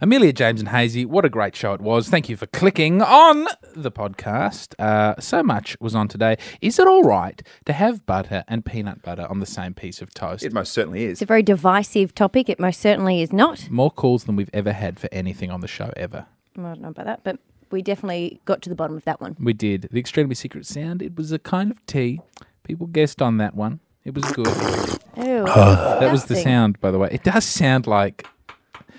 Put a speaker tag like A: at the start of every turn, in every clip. A: Amelia James and Hazy, what a great show it was. Thank you for clicking on the podcast. Uh, so much was on today. Is it all right to have butter and peanut butter on the same piece of toast?
B: It most certainly is.
C: It's a very divisive topic. It most certainly is not.
A: More calls than we've ever had for anything on the show ever.
C: I don't know about that, but we definitely got to the bottom of that one.
A: We did. The Extremely Secret Sound, it was a kind of tea. People guessed on that one. It was good.
C: Ew.
A: That was the
C: Disgusting.
A: sound, by the way. It does sound like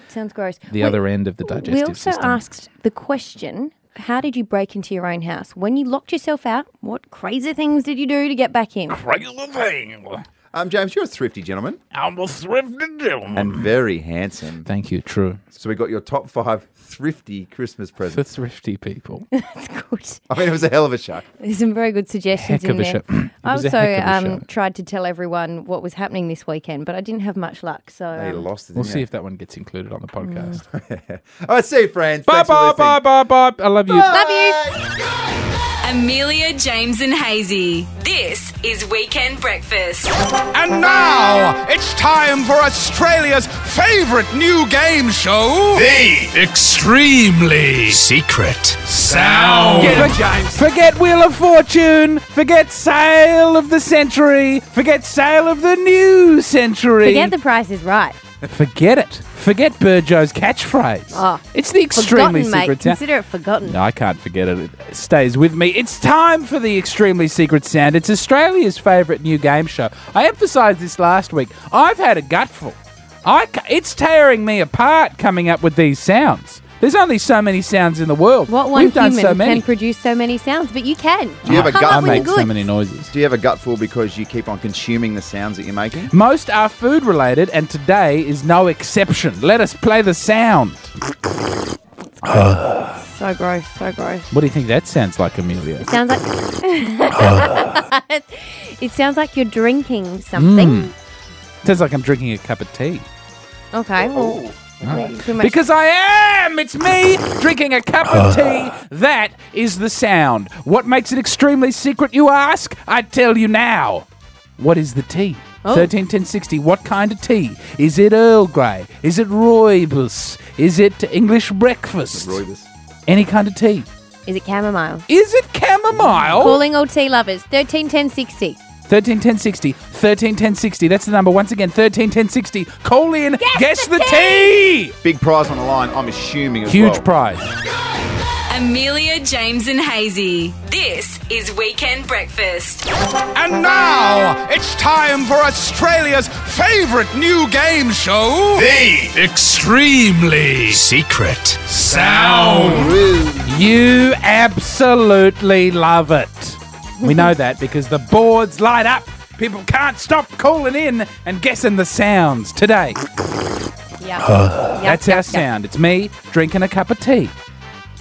C: Sounds gross.
A: the other end of the digestive
C: We also
A: system.
C: asked the question how did you break into your own house? When you locked yourself out, what crazy things did you do to get back in?
A: Regular thing.
B: Um, James, you're a thrifty gentleman
A: I'm a thrifty gentleman.
B: and very handsome.
A: Thank you, true.
B: So we got your top five thrifty Christmas
A: For
B: presents.
A: thrifty people.
C: That's good.
B: I mean, it was a hell of a show.
C: There's some very good suggestions
A: Heck of
C: in
A: a
C: there.
A: show. It
C: I
A: was a
C: also
A: heck of a
C: um,
A: show.
C: tried to tell everyone what was happening this weekend, but I didn't have much luck. So
B: They
C: um,
B: lost it.
A: We'll
B: didn't
A: see
B: they?
A: if that one gets included on the podcast.
B: All right, see you, friends.
A: bye,
B: Thanks for
A: bye,
B: listening.
A: bye, bye, bye. I love you.
C: love you.
D: Amelia, James, and Hazy. This is Weekend Breakfast.
E: And now it's time for Australia's favourite new game show The Extremely Secret Sound.
A: Forget Wheel of Fortune. Forget Sale of the Century. Forget Sale of the New Century.
C: Forget the price is right.
A: Forget it. Forget Burjo's catchphrase.
C: Oh,
A: it's the extremely
C: forgotten,
A: secret
C: mate.
A: sound.
C: Consider it forgotten.
A: No, I can't forget it. It stays with me. It's time for the extremely secret sound. It's Australia's favourite new game show. I emphasised this last week. I've had a gutful. I ca- it's tearing me apart coming up with these sounds. There's only so many sounds in the world.
C: What one
A: We've done
C: human
A: so many.
C: can produce so many sounds? But you can.
B: Do you have a
C: Come
B: gut-
A: I
C: up with
A: make
C: the
A: so
C: goods.
A: many noises.
B: Do you have a gutful because you keep on consuming the sounds that you're making?
A: Most are food related, and today is no exception. Let us play the sound.
C: So gross. So gross.
A: What do you think that sounds like, Amelia?
C: Sounds like it sounds like you're drinking something.
A: sounds like I'm drinking a cup of tea.
C: Okay, well, pretty much-
A: Because I am! It's me drinking a cup of tea. That is the sound. What makes it extremely secret, you ask? I tell you now. What is the tea?
C: Oh.
A: Thirteen ten sixty. What kind of tea? Is it Earl Grey? Is it rooibos? Is it English breakfast?
B: Roibus.
A: Any kind of tea?
C: is it chamomile?
A: Is it chamomile?
C: Calling all tea lovers. Thirteen ten sixty.
A: Thirteen ten sixty. Thirteen ten sixty. That's the number. Once again, Thirteen ten sixty. Call in. Guess, the,
C: the
A: tea.
B: Big prize on the line, I'm assuming. As
A: Huge
B: well.
A: prize.
D: Amelia, James, and Hazy. This is Weekend Breakfast.
E: And now it's time for Australia's favourite new game show The Extremely Secret Sound.
A: You absolutely love it. We know that because the boards light up. People can't stop calling in and guessing the sounds today.
C: Yeah,
A: That's our sound. It's me drinking a cup of tea.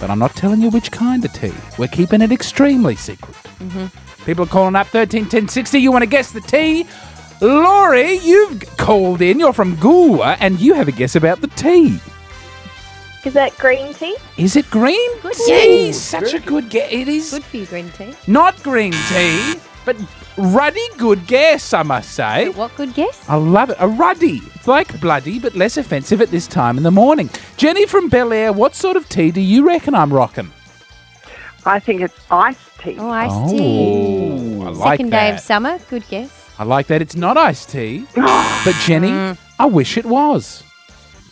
A: But I'm not telling you which kind of tea. We're keeping it extremely secret.
C: Mm-hmm.
A: People are calling up 13 10 60. You want to guess the tea? Laurie, you've called in. You're from Goolwa and you have a guess about the tea.
F: Is that green tea?
A: Is it green
C: Good
A: tea?
C: guess.
A: Such a good guess. It is.
C: good for you, green tea.
A: Not green tea, but ruddy good guess, I must say.
C: What good guess?
A: I love it. A ruddy. It's like bloody, but less offensive at this time in the morning. Jenny from Bel Air, what sort of tea do you reckon I'm rocking?
G: I think it's iced tea.
C: Oh, iced tea.
A: I like
C: Second
A: that.
C: day of summer. Good guess.
A: I like that. It's not iced tea, but Jenny, I wish it was.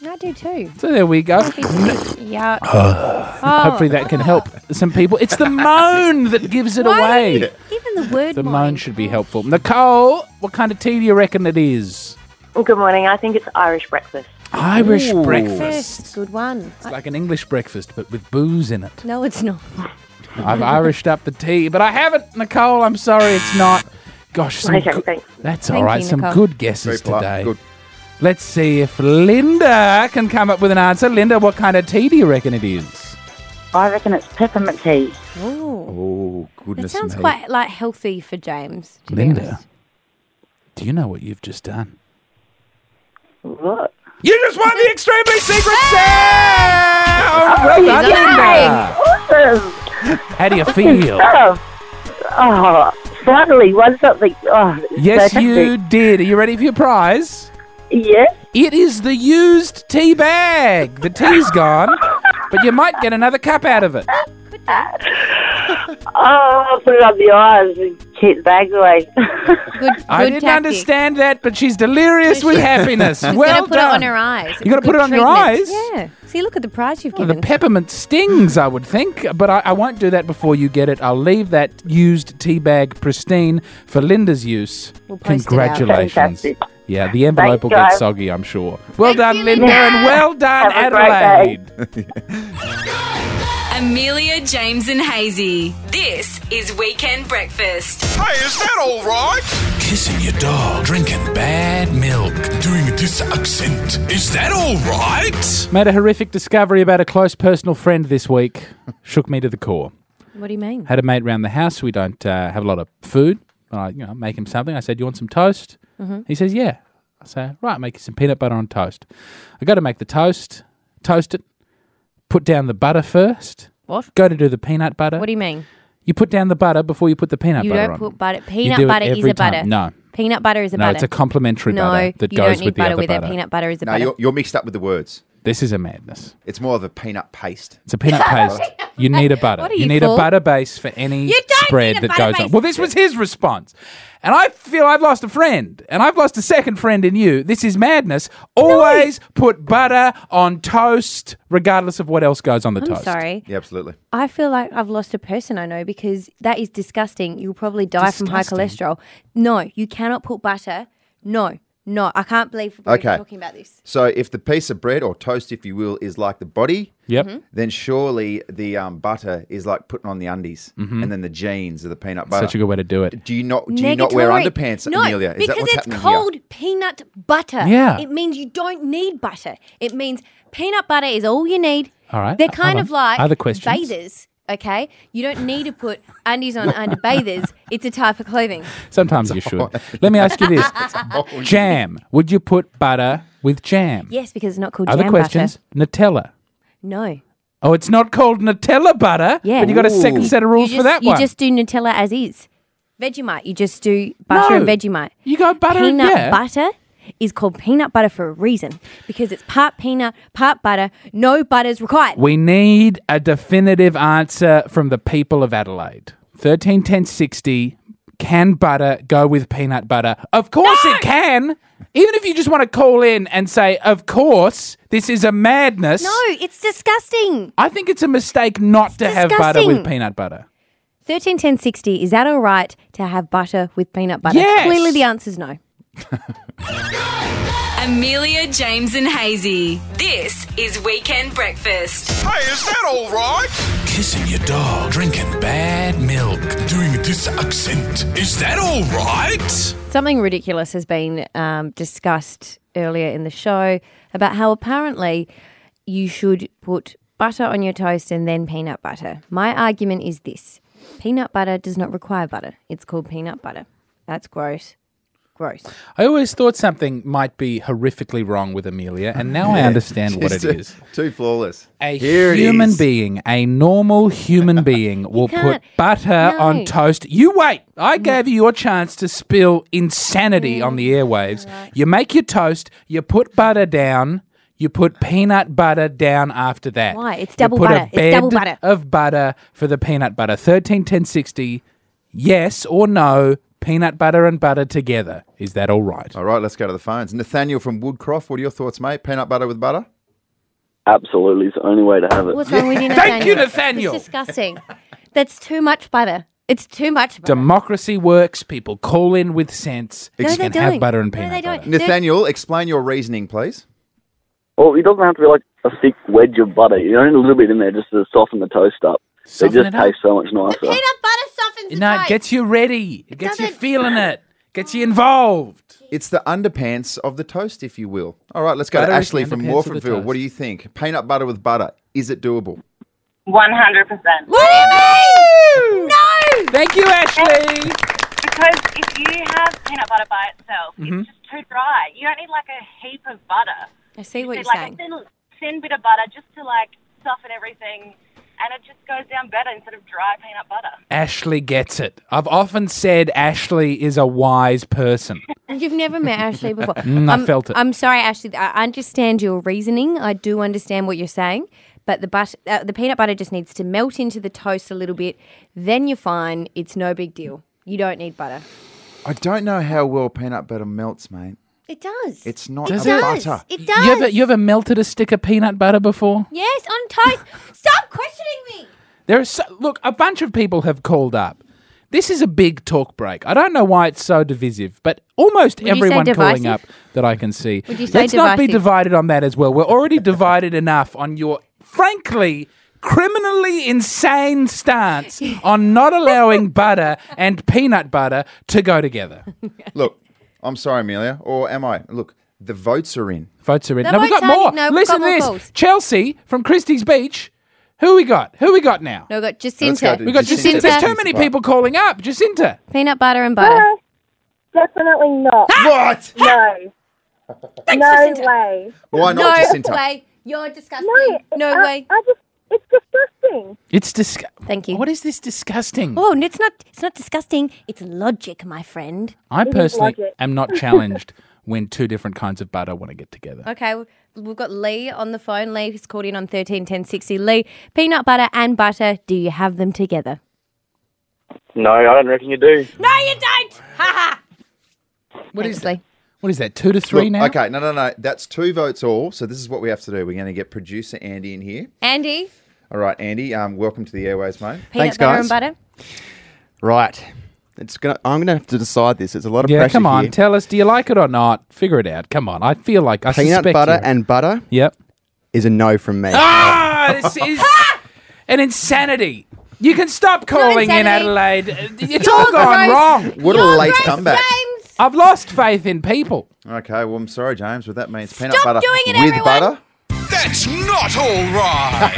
C: I do too. Oh.
A: So there we go.
C: Yeah.
A: Hopefully that can help some people. It's the moan that gives it away.
C: Even the word
A: The
C: mine.
A: moan should be helpful. Nicole, what kind of tea do you reckon it is?
F: Good morning. I think it's Irish breakfast.
A: Irish breakfast.
C: First, good one.
A: It's like an English breakfast, but with booze in it.
C: No, it's not.
A: I've Irished up the tea, but I haven't, Nicole. I'm sorry, it's not. Gosh, some
F: Okay,
A: good-
F: thanks.
A: that's
C: Thank
A: all right.
C: you,
A: some
C: Nicole.
A: good
B: Very
A: guesses
B: polite.
A: today.
B: Good.
A: Let's see if Linda can come up with an answer. Linda, what kind of tea do you reckon it is?
H: I reckon it's peppermint tea.
C: Ooh.
B: Oh
C: That
B: goodness
C: sounds
B: me.
C: quite like healthy for James. to be
A: Linda,
C: honest.
A: do you know what you've just done?
H: What?
A: You just won the extremely secret sound. Well done, Linda.
H: Awesome.
A: How do you feel?
H: Oh, oh, finally won something. Oh, it's
A: Yes,
H: fantastic.
A: you did. Are you ready for your prize?
H: Yes.
A: It is the used tea bag. The tea's gone, but you might get another cup out of it.
H: Oh, I'll put it up the eyes and keep the bag away.
C: Good, good
A: I didn't
C: tactic.
A: understand that, but she's delirious with happiness.
C: She's
A: well
C: gonna put
A: done.
C: it on her eyes. It's
A: gotta
C: good
A: put it on your
C: treatment.
A: eyes?
C: Yeah. See, look at the prize you've
A: The
C: given.
A: peppermint stings, I would think, but I, I won't do that before you get it. I'll leave that used tea bag pristine for Linda's use.
C: We'll post it out.
A: Congratulations.
H: Fantastic.
A: Yeah, the envelope
H: Thanks,
A: will get
H: guys.
A: soggy, I'm sure. Well done, Linda, and well done,
H: Have a great
A: Adelaide.
D: Amelia, James, and Hazy. This is Weekend Breakfast.
E: Hey, is that all right?
I: Kissing your dog, drinking bad milk, doing this accent. Is that all right?
A: Made a horrific discovery about a close personal friend this week. Shook me to the core.
C: What do you mean?
A: Had a mate round the house. We don't uh, have a lot of food. I, you know, make him something. I said, "You want some toast?"
C: Mm-hmm.
A: He says, "Yeah." I say, "Right, make you some peanut butter on toast." I go to make the toast, toast it, put down the butter first.
C: What?
A: Go to do the peanut butter.
C: What do you mean?
A: You put down the butter before you put the peanut
C: You
A: butter
C: don't
A: on.
C: put butter.
A: You
C: Peanut
A: do it
C: butter is
A: every
C: a butter.
A: time. No,
C: Peanut butter is a
A: no,
C: butter.
A: it's a complementary
C: no,
A: butter that
C: you
A: goes
C: don't need
A: with the
C: butter
A: other
C: with
A: butter.
C: it. Peanut butter is a
B: No,
C: butter.
B: you're, you're mixed up with the words.
A: This is a madness.
B: It's more of a peanut paste.
A: It's a peanut paste. You need a butter.
C: What are
A: you
C: you
A: need a
C: for?
A: butter base for any
C: You don't
A: spread
C: need a
A: that
C: butter
A: goes on.
C: base.
A: Well, this was his response. And I feel I've lost a friend, and I've lost a second friend in you. This is madness. Always put butter on toast, regardless of what else goes on the
C: I'm
A: toast.
C: sorry.
B: Yeah, absolutely.
C: I feel like I've lost a person I know because that is disgusting. You'll probably die from high
A: Disgusting.
C: cholesterol. No, you cannot put butter. No, no, I can't believe we're
B: Okay.
C: talking about this.
B: So if the piece of bread or toast, if you will, is like the body,
A: Yep.
C: Mm-hmm.
B: then surely the um, butter is like putting on the undies, and then the jeans are the peanut butter.
A: Mm-hmm. Such a good way to do it.
B: do you not? Do you not wear
C: Negatory.
B: underpants,
C: no,
B: Amelia? Is
C: because
B: that what's
C: it's
B: happening
C: called
B: here?
C: peanut butter.
A: Yeah.
C: It means you don't need butter. It means peanut butter is all you need.
A: All right,
C: They're
A: uh,
C: kind
A: hold
C: of
A: on.
C: like
A: Other questions?
C: bathers, okay? You don't need to put undies on under bathers. It's a type of clothing.
A: Sometimes you should. Let me ask you this: jam. Would you put butter with jam?
C: Yes, because it's not called
A: Other
C: jam
A: questions?
C: butter.
A: Nutella.
C: No.
A: Oh, it's not called Nutella butter.
C: Yeah.
A: But you got a second
B: Ooh.
A: set of rules
C: you
A: for
C: just,
A: that
C: you
A: one.
C: just do Nutella as is. Vegemite, you just do butter
A: No.
C: and Vegemite.
A: You go butter and-
C: peanut
A: yeah.
C: butter is called peanut butter for a reason because it's part peanut, part butter. No butter is required.
A: We need a definitive answer from the people of Adelaide. 13, 10, 60. Can butter go with peanut butter? Of course it can. Even if you just want to call in and say, of course, this is a madness.
C: no, it's disgusting.
A: I think it's a mistake not to have butter with
C: disgusting.
A: peanut butter.
C: Thirteen ten sixty. Is that all right to have butter with peanut butter?
A: Yes.
C: Clearly, the answer's no.
D: Amelia, James, and Hazy. This is Weekend Breakfast.
E: Hey, is that all right?
I: Kissing your dog, drinking bad milk, doing this accent. Is that all right?
C: Something ridiculous has been um, discussed earlier in the show about how apparently you should put butter on your toast and then peanut butter. My argument is this peanut butter does not require butter, it's called peanut butter. That's gross. Gross.
A: I always thought something might be horrifically wrong with Amelia, and now I understand what it
B: Too-
A: is.
B: Too flawless.
A: A
B: Here it
A: human
B: is.
A: being, a normal human being, will put
C: can't.
A: butter
C: No.
A: on toast. You wait. I gave you your chance to spill insanity on
C: Mm.
A: the airwaves. You make your toast, you put butter down. You put peanut butter down after that.
C: Why? It's
A: You
C: double
A: put a
C: butter. It's double
A: bed
C: butter.
A: Of butter for the peanut butter. Thirteen ten sixty. Yes or no? Peanut butter and butter together. Is that all right?
B: All right, let's go to the phones. Nathaniel from Woodcroft, what are your thoughts, mate? Peanut butter with butter?
J: Absolutely, it's the only way to have it.
C: What's wrong with you, Nathaniel?
A: Thank you, Nathaniel.
C: It's disgusting. That's too much butter. It's too much butter.
A: Democracy works. People call in with sense.
C: No,
A: You
C: they
A: can have
C: don't.
A: butter and
C: No,
A: peanut
C: they
A: butter.
C: don't.
B: Nathaniel, explain your reasoning, please.
J: Well, it doesn't have to be like a thick wedge of butter. You only need a little bit in there just to soften the toast up.
A: Soften
J: it just
A: it up?
J: tastes so much nicer.
C: peanut butter softens the
A: No, it
C: toast.
A: gets you ready. It, gets you
C: doesn't-
A: feeling it. Gets you involved.
B: It's the underpants of the toast, if you will. All right, let's go
A: Butter
B: to
A: is
B: Ashley
A: the
B: from
A: underpants of the
B: Morfordville. What do
A: toast.
B: you think? Peanut butter with butter, is it doable?
H: 100%.
C: What do you mean? No!
A: Thank you, Ashley.
H: Because if you have peanut butter by itself, it's just too dry. You don't need like a heap of butter.
C: I see what you're
H: You need, like
C: saying.
H: a thin, thin bit of butter just to like soften everything and it just goes down better instead of dry peanut butter.
A: Ashley gets it. I've often said Ashley is a wise person.
C: You've never met Ashley before.
A: Mm, I
C: I'm-
A: felt it.
C: I'm sorry, Ashley. I understand your reasoning. I do understand what you're saying, but the but uh, the peanut butter just needs to melt into the toast a little bit. Then you're fine. It's no big deal. You don't need butter.
B: I don't know how well peanut butter melts, mate.
C: It does.
B: It's not
A: Does
B: a
A: it?
B: butter.
C: It does.
A: You ever, you ever melted a stick of peanut butter before?
C: yes, on toast. Stop questioning me.
A: There is so, look, a bunch of people have called up. This is a big talk break. I don't know why it's so divisive, but almost
C: you say
A: everyone calling
C: divisive?
A: up that I can see.
C: Would you say
A: Let's not be
C: divisive?
A: divided on that as well. We're already divided enough on your frankly criminally insane stance on not allowing butter and peanut butter to go together.
B: Look, I'm sorry, Amelia, or am I? Look, the votes are in.
A: Votes are in.
C: The
A: now we
C: votes
A: got
C: are
A: more.
C: in. No, we've
A: Listen
C: got more
A: to this.
C: calls.
A: Chelsea from Christie's Beach. Who we got? Who we got now?
C: No, we got
B: Let's go to
C: Jacinta.
A: We got
C: Jacinta.
A: Jacinta. There's too many people calling up. Jacinta.
C: Peanut butter and butter.
K: Uh,
F: No, definitely not.
B: What?
C: Ah!
F: No. no way.
C: No
B: Why not Jacinta?
C: way. You're disgusting.
F: No,
C: No Uh,
F: I-
C: way.
F: I just, it's disgusting.
A: It's disgusting.
C: Thank you.
A: What is this disgusting?
C: Oh, and it's not. It's not disgusting. It's logic, my friend.
A: I personally
F: logic.
A: am not challenged when two different kinds of butter want to get together.
C: Okay, w- we've got Lee on the phone. Lee who's called in on thirteen ten sixty. Lee, peanut butter and butter. Do you have them together?
J: No, I don't reckon you do.
C: No, you don't. Ha ha.
A: What is
C: Thanks, Lee.
A: What is that? Two to three
B: Look,
A: now.
B: Okay, no, no, no. That's two votes all. So this is what we have to do. We're going to get producer Andy in here.
C: Andy,
B: All right, Andy. Um, welcome to the airways, mate.
C: peanut
L: Thanks,
C: butter
L: guys.
C: and butter.
L: Right. It's gonna. I'm gonna have to decide this. It's a lot of
A: Yeah,
L: pressure
A: come on.
L: here.
A: Tell us. Do you like it or not? Figure it out. Come on. I feel like I
L: Peanut
A: suspect
L: butter
A: you.
L: and butter
A: yep.
L: is a no from me.
A: Ah, this is an insanity. You can stop calling in
C: insanity.
A: Adelaide. It's all gone
C: gross.
A: wrong.
B: What a late comeback.
C: James,
A: I've lost faith in people.
B: Okay, well, I'm sorry, James, but that means peanut
C: Stop
B: butter
C: doing it,
B: with
C: everyone.
B: butter.
E: That's not all right.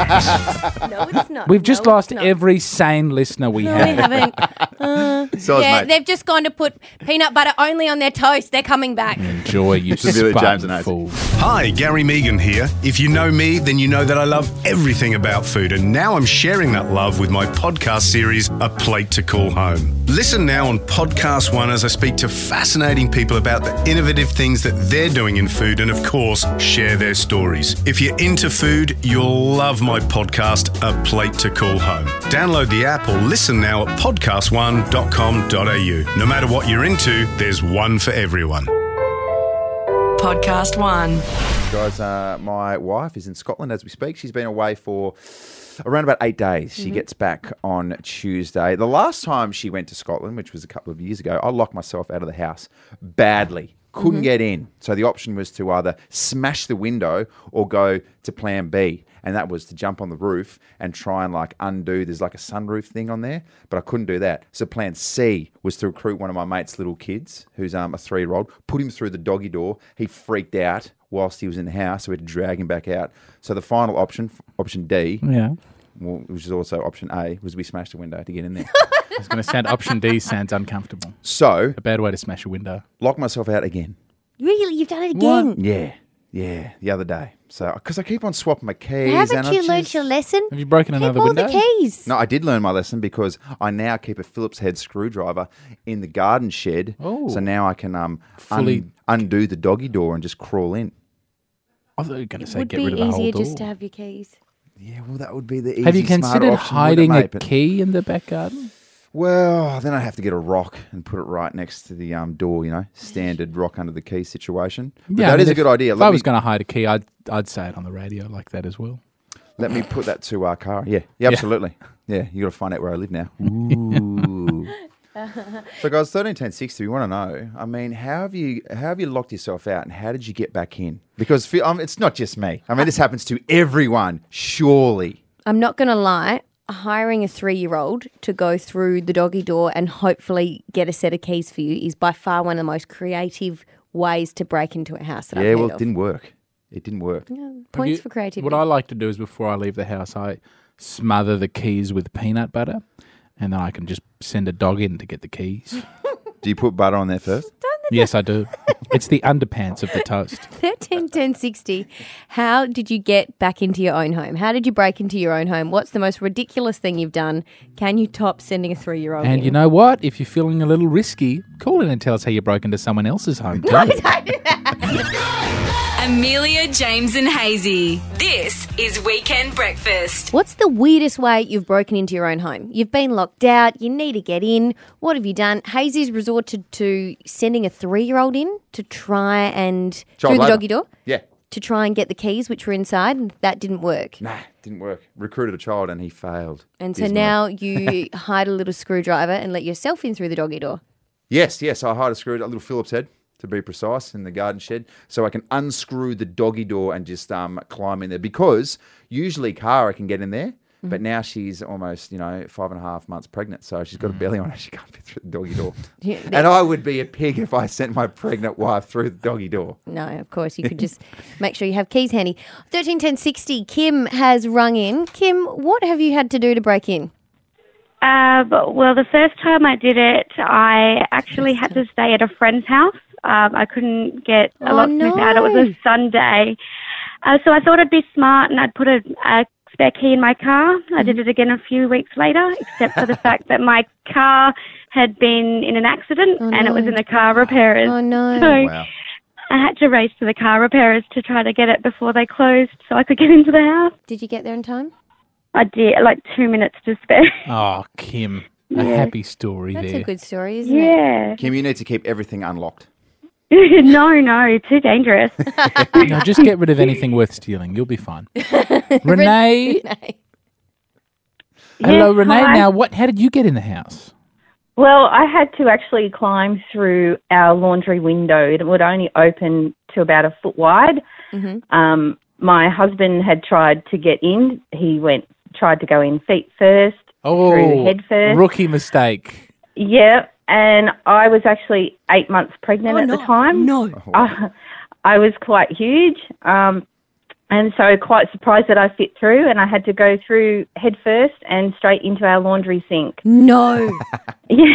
C: no, it's not.
A: We've just
C: No,
A: lost
C: it's not.
A: every sane listener we
C: No, we
A: have.
C: haven't.
B: So
C: yeah,
B: is mate.
C: they've just gone to put peanut butter only on their toast. They're coming back.
A: Enjoy, you
B: This is really James and
A: Spartan
B: Isaac.
A: fool.
I: Hi, Gary Megan here. If you know me, then you know that I love everything about food, and now I'm sharing that love with my podcast series, A Plate to Call Home. Listen now on Podcast One as I speak to fascinating people about the innovative things that they're doing in food and, of course, share their stories. If you're into food, you'll love my podcast, A Plate to Call Home. Download the app or listen now at podcastone.com.au. No matter what you're into, there's one for everyone.
D: Podcast One.
B: Guys, uh, my wife is in Scotland as we speak. She's been away for around about eight days. She gets back on Tuesday. The last time she went to Scotland, which was a couple of years ago, I locked myself out of the house badly. Couldn't get in. So the option was to either smash the window or go to plan B. And that was to jump on the roof and try and like undo. There's like a sunroof thing on there, but I couldn't do that. So plan C was to recruit one of my mate's little kids, who's um, a three year old, put him through the doggy door. He freaked out whilst he was in the house. So we had to drag him back out. So the final option, option D,
A: Yeah.
B: well, which is also option A, was we smashed a window to get in there.
A: It's going to sound option D sounds uncomfortable.
B: so
A: A bad way to smash a window.
B: lock myself out again.
C: Really, you've done it again.
B: Yeah, yeah, the other day. So because I keep on swapping my keys. and
C: Haven't
B: I
C: you learned
B: just-
C: your lesson?
A: Have you broken
C: Keep
A: another
C: all
A: window?
C: the keys.
B: No, I did learn my lesson because I now keep a Phillips head screwdriver in the garden shed.
A: Oh.
B: So now I can um
A: Fully-
B: un- undo the doggy door and just crawl in.
A: I thought you were going to
C: It
A: say
C: would
A: get
C: be
A: rid of the whole
C: easier
A: door.
C: just to have your keys.
B: Yeah, well, that would be the easy.
A: have you
B: smarter
A: considered
B: option, wouldn't it,
A: hiding a
B: mate? But-
A: key in the back garden?
B: Well, then I have to get a rock and put it right next to the um, door. You know, standard rock under the key situation. But
A: I
B: that
A: mean,
B: is a
A: if-
B: good idea.
A: If
B: Let
A: I
B: me-
A: was going to hide a key, I'd I'd say it on the radio like that as well.
B: Let me put that to our car. Yeah, yeah, absolutely. Yeah, you got to find out where I live now. Ooh. so, guys, thirteen ten sixty. We want to know. I mean, how have you how have you locked yourself out, and how did you get back in? Because fe- um, it's not just me. I mean, this happens to everyone. Surely.
C: I'm not going to lie. Hiring a three year old to go through the doggy door and hopefully get a set of keys for you is by far one of the most creative ways to break into a house. That I've
B: yeah.
C: heard
B: Well, it
C: of.
B: didn't work. It didn't work.
C: points
A: You-
C: for creativity.
A: What I like to do is before I leave the house, I smother the keys with peanut butter, and then I can just send a dog in to get the keys.
B: Do you put butter on there first?
C: Done
A: yes, I do. It's the underpants of the toast.
C: 13 10 60. How did you get back into your own home? How did you break into your own home? What's the most ridiculous thing you've done? Can you top sending a three year old?
A: And you know what? If you're feeling a little risky, call in and tell us how you broke into someone else's home. Too.
D: Amelia, James, and Hazy. This is Weekend Breakfast.
C: What's the weirdest way you've broken into your own home? You've been locked out, you need to get in. What have you done? Hazy's resorted to sending a three year old in to try and
B: Child
C: through the
B: labour.
C: doggy door
B: Yeah.
C: to try and get the keys which were inside, and that didn't work.
B: Nah, didn't work. Recruited a child and he failed.
C: And so
B: Dismal.
C: now you hide a little screwdriver and let yourself in through the doggy door.
B: Yes, yes. I hired a screw, a little Phillips head, to be precise, in the garden shed, so I can unscrew the doggy door and just um, climb in there. Because usually, Cara can get in there, but
C: Mhm.
B: now she's almost, you know, five and a half months pregnant, so she's got a belly on her. She can't fit through the doggy door.
C: Yeah,
B: and I would be a pig if I sent my pregnant wife through the doggy door.
C: No, of course. You could just make sure you have keys handy. 131060, Kim has rung in. Kim, what have you had to do to break in?
M: Uh, but, well, the first time I did it, I actually had to stay at a friend's house. Um, I couldn't get a
N: Oh,
M: locksmith out. It was
N: no.
M: a Sunday. Uh, so I thought I'd be smart and I'd put a,
K: uh,
M: a spare key in my car. I did it again a few weeks later, except for the fact that my car had been in an accident and it was in the car repairers.
C: Oh, no.
M: So I had to race to the car repairers to try to get it before they closed so I could get into the house.
C: Did you get there in time?
M: I did, like two minutes to spare.
A: Oh, Kim.
M: Yeah.
A: A happy story
C: That's
A: there.
C: a good story, isn't
M: Yeah.
B: Kim, you need to keep everything unlocked.
M: no, no, too dangerous.
A: no, just get rid of anything worth stealing. You'll be fine. Renee. Hello,
O: Yes,
A: Renee.
O: hi.
A: Now, what? How did you get in the house?
O: Well, I had to actually climb through our laundry window that would only open to about a foot wide.
C: Mm-hmm.
O: Um, my husband had tried to get in. He went tried to go in feet first, through
A: Oh,
O: head first.
A: rookie mistake.
O: Yeah, and I was actually eight months pregnant
A: Oh,
O: at
A: no,
O: the time.
A: no.
O: I, I was quite huge, um, and so quite surprised that I fit through, and I had to go through head first and straight into our laundry sink.
C: No.
O: yeah.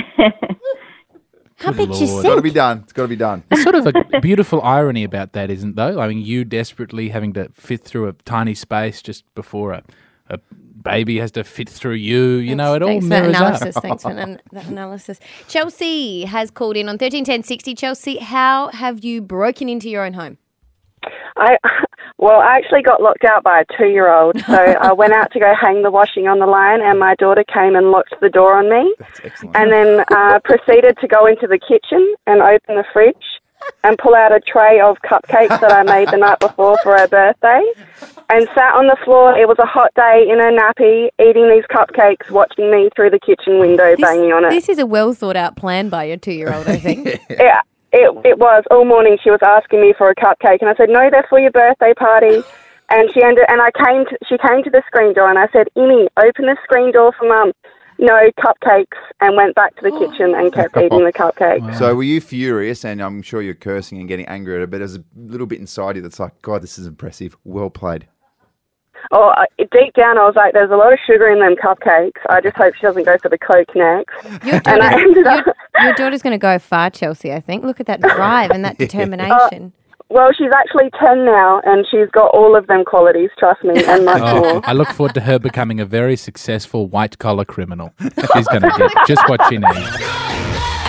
C: How
A: bet you
B: It's got to
A: sink.
B: be done. It's got to be done.
A: There's sort of a beautiful irony about that, isn't though? I mean, you desperately having to fit through a tiny space just before a, a baby has to fit through you. You know, it all
C: Thanks for that
A: mirrors
C: analysis.
A: up.
C: Thanks for an- that analysis. Chelsea has called in on 131060. Chelsea, how have you broken into your own home?
K: I well, I actually got locked out by a two-year-old. So I went out to go hang the washing on the line, and my daughter came and locked the door on me, and then uh, proceeded to go into the kitchen and open the fridge and pull out a tray of cupcakes that I made the night before for her birthday, and sat on the floor. It was a hot day in her nappy, eating these cupcakes, watching me through the kitchen window, banging on it.
C: This is a well thought out plan by your two year old, I think.
K: Yeah, it, it was all morning. She was asking me for a cupcake, and I said, "No, they're for your birthday party." And she ended, and I came. To, she came to the screen door, and I said, "Emmy, open the screen door for Mum." No cupcakes, and went back to the kitchen and kept eating the cupcakes.
B: So were you furious? And I'm sure you're cursing and getting angry at her, but there's a little bit inside you that's like, God, this is impressive. Well played.
K: Oh, I, deep down, I was like, "There's a lot of sugar in them cupcakes. I just hope she doesn't go for the coke next." and I ended up.
C: Your daughter's going to go far, Chelsea, I think. Look at that drive and that determination.
K: Well, she's actually ten now, and she's got all of them qualities. Trust me, and much
A: Oh,
K: more.
A: I look forward to her becoming a very successful white collar criminal. She's going to get just what she needs.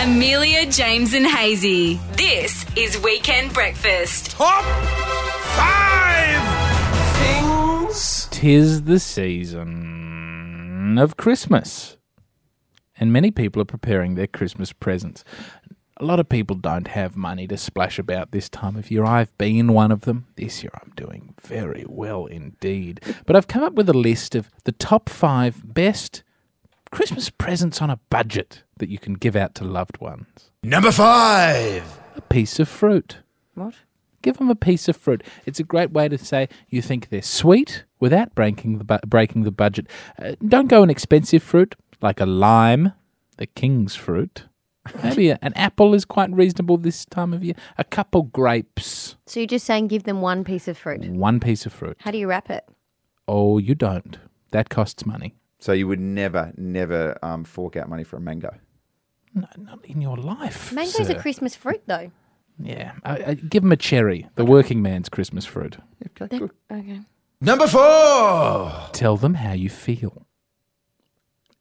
D: Amelia, James, and Hazy. This is Weekend Breakfast. Top five things.
A: Tis the season of Christmas, and many people are preparing their Christmas presents. A lot of people don't have money to splash about this time of year. I've been one of them. This year I'm doing very well indeed. But I've come up with a list of the top five best Christmas presents on a budget that you can give out to loved ones. Number five a piece of fruit.
C: What?
A: Give them a piece of fruit. It's a great way to say you think they're sweet without breaking the bu- breaking the budget. Uh, don't go an expensive fruit like a lime, the king's fruit. Maybe a- an apple is quite reasonable this time of year. A couple grapes,
C: So you're just saying give them one piece of fruit.
A: one piece of fruit.
C: How do you wrap it?
A: Oh, you don't. That costs money.
B: So you would never, never um, fork out money for a mango.
A: in your life.
C: Mango's
A: sir.
C: a Christmas fruit, though.
A: Yeah. I, I, give him a cherry, the working man's Christmas fruit.
C: Okay, okay.
A: Number four. Tell them how you feel.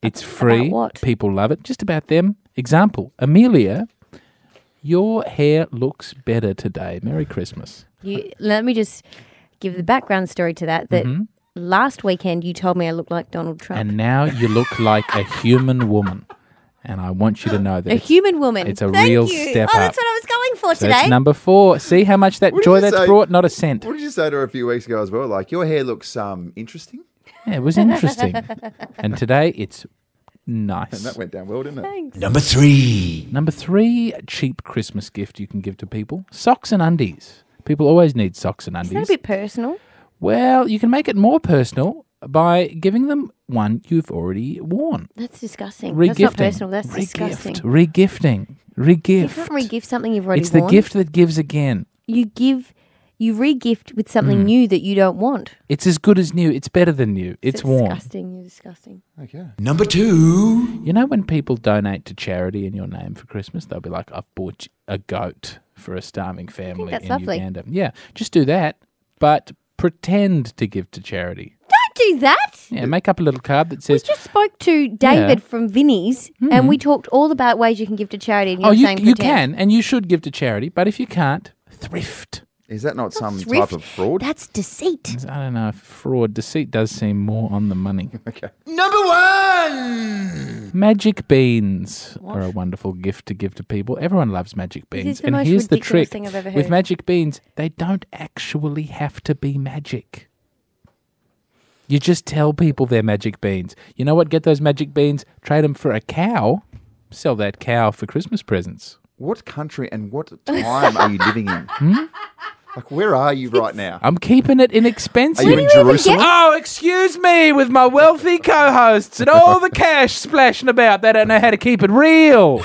A: It's free. People love it. Just about them. Example Amelia, your hair looks better today. Merry Christmas.
C: You, let me just give the background story to that. That
A: Mhm.
C: last weekend you told me I looked like Donald Trump.
A: And now you look like a human woman. And I want you to know that
C: a
A: it's-
C: human woman.
A: It's a
C: Thank
A: real
C: you.
A: step
C: Oh,
A: up.
C: that's what I was going for
A: So
C: today.
A: That's number four. See how much that
B: What did
A: joy
B: you
A: that's
B: say?
A: brought? Not a cent.
B: What did you say to her a few weeks ago as well? Like, your hair looks um, interesting.
A: Yeah, it was interesting. and today it's nice.
B: And that went down well, didn't it?
C: Thanks.
A: Number three. Number three cheap Christmas gift you can give to people socks and undies. People always need socks and
C: Is that a
A: undies.
C: bit personal?
A: well, you can make it more personal by giving them one you've already worn.
C: That's disgusting. That's not personal. That's disgusting.
A: Regifting. Regift.
C: You can't re-gift something you've already
A: It's the
C: worn.
A: gift that gives again.
C: You give, you re-gift with something
A: Mm.
C: new that you don't want.
A: It's as good as new. It's better than new. It's warm.
C: Disgusting. You're disgusting.
B: Okay.
A: Number two. You know when people donate to charity in your name for Christmas, they'll be like, "I've bought a goat for a starving family
C: that's
A: in
C: lovely.
A: Uganda." Yeah, just do that, but pretend to give to charity.
C: Don't do that.
A: Yeah, make up a little card that says,
C: just spoke to David from Vinny's, and we talked all about ways you can give to charity. And you
A: Mm-hmm. "Oh,
C: were
A: you
C: saying
A: you
C: pretend.
A: can and you should give to charity, but if you can't, thrift."
B: Is that not some
C: thrift?
B: type of fraud?
C: That's deceit.
A: I don't know if fraud, deceit does seem more on the money.
B: okay.
E: Number one.
A: Magic beans are a wonderful gift to give to people. Everyone loves magic
E: This is
A: beans.
E: the
A: and
E: most
A: here's the
E: ridiculous
A: trick
E: thing I've ever
A: with
E: heard.
A: magic beans, they don't actually have to be magic. You just tell people they're magic beans. You know what? Get those magic beans, trade them for a cow, sell that cow for Christmas presents.
B: What country and what time are you living in?
A: Hmm?
B: Like, where are you right now?
A: I'm keeping it inexpensive.
B: Are you in Where do you even Jerusalem? get-
A: Oh, excuse me, with my wealthy co hosts and all the cash splashing about. They don't know how to keep it real.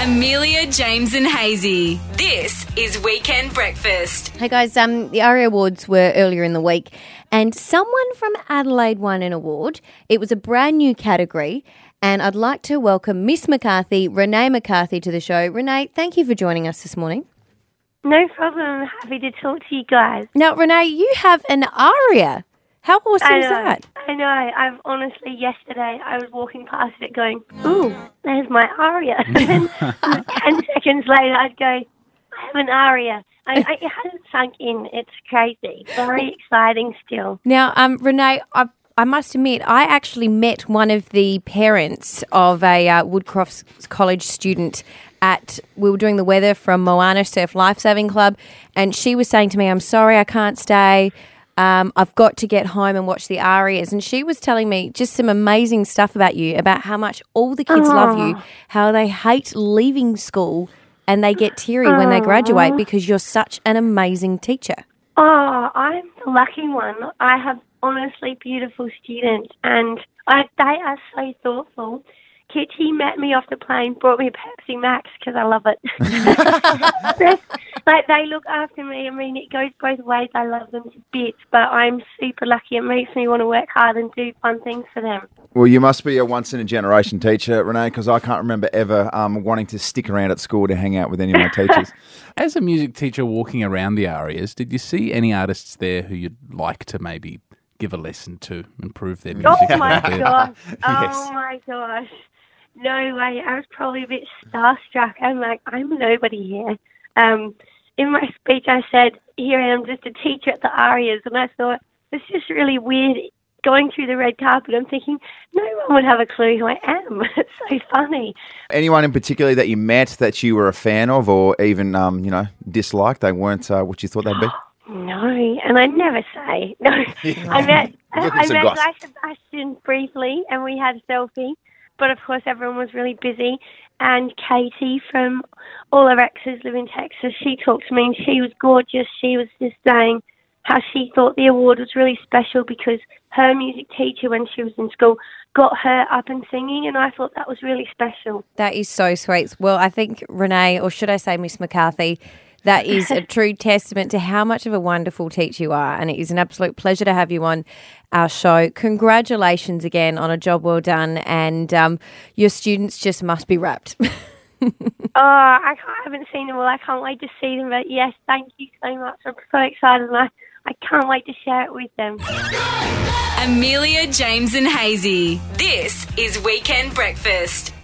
D: Amelia, James, and Hazy. This is Weekend Breakfast.
C: Hey guys, um, the ARIA Awards were earlier in the week, and someone from Adelaide won an award. It was a brand new category, and I'd like to welcome Miss McCarthy, Renee McCarthy, to the show. Renee, thank you for joining us this morning.
N: No problem. Happy to talk to you guys.
C: Now, Renee, you have an ARIA. How awesome
N: I
C: is
N: know,
C: that?
N: I know. I've honestly, yesterday I was walking past it going, ooh, there's my aria. and ten seconds later I'd go, I have an aria. I, I, it hasn't sunk in. It's crazy. Very exciting still.
C: Now, um, Renee, I, I must admit, I actually met one of the parents of a uh, Woodcroft's College student at, we were doing the weather from Moana Surf Lifesaving Club, and she was saying to me, I'm sorry, I can't stay. Um, I've got to get home and watch the Arias. And she was telling me just some amazing stuff about you, about how much all the kids love you,
N: Aw.
C: how they hate leaving school and they get teary when they graduate
N: Aw.
C: because you're such an amazing teacher.
N: Oh, I'm the lucky one. I have honestly beautiful students, and I, they are so thoughtful. Kitty met me off the plane, brought me a Pepsi Max because I love it. like they look after me. I mean, it goes both ways. I love them to bits, but I'm super lucky. It makes me want to work hard and do fun things for them.
B: Well, you must be a once in a generation teacher, Renee, because I can't remember ever um, wanting to stick around at school to hang out with any of my teachers.
A: As a music teacher walking around the arias, did you see any artists there who you'd like to maybe give a lesson to, improve their music?
N: Oh
A: a
N: my
A: little bit?
N: gosh! Oh my gosh! No way! I was probably a bit starstruck. I'm like, I'm nobody here. Um, in my speech, I said, "Here I am, just a teacher at the Arias," and I thought it's just really weird going through the red carpet. I'm thinking no one would have a clue who I am. It's so funny.
B: Anyone in particular that you met that you were a fan of, or even um, you know disliked, they weren't uh, what you thought they'd be.
N: No, and I never say no. I met
B: Look at
N: I
B: some
N: met
B: gossip.
N: Guy Sebastian briefly, and we had a selfie, but of course everyone was really busy. And Katie from All Our Exes Live in Texas, she talked to me, and she was gorgeous. She was just saying how she thought the award was really special because her music teacher, when she was in school, got her up and singing, and I thought that was really special.
C: That is so sweet. Well, I think Renee, or should I say Miss McCarthy, That is a true testament to how much of a wonderful teacher you are. And it is an absolute pleasure to have you on our show. Congratulations again on a job well done. And um, your students just must be wrapped.
N: oh, I, can't, I haven't seen them all. I can't wait to see them. But yes, thank you so much. I'm so excited and I, I can't wait to share it with them.
D: Amelia, James, and Hazy. This is Weekend Breakfast.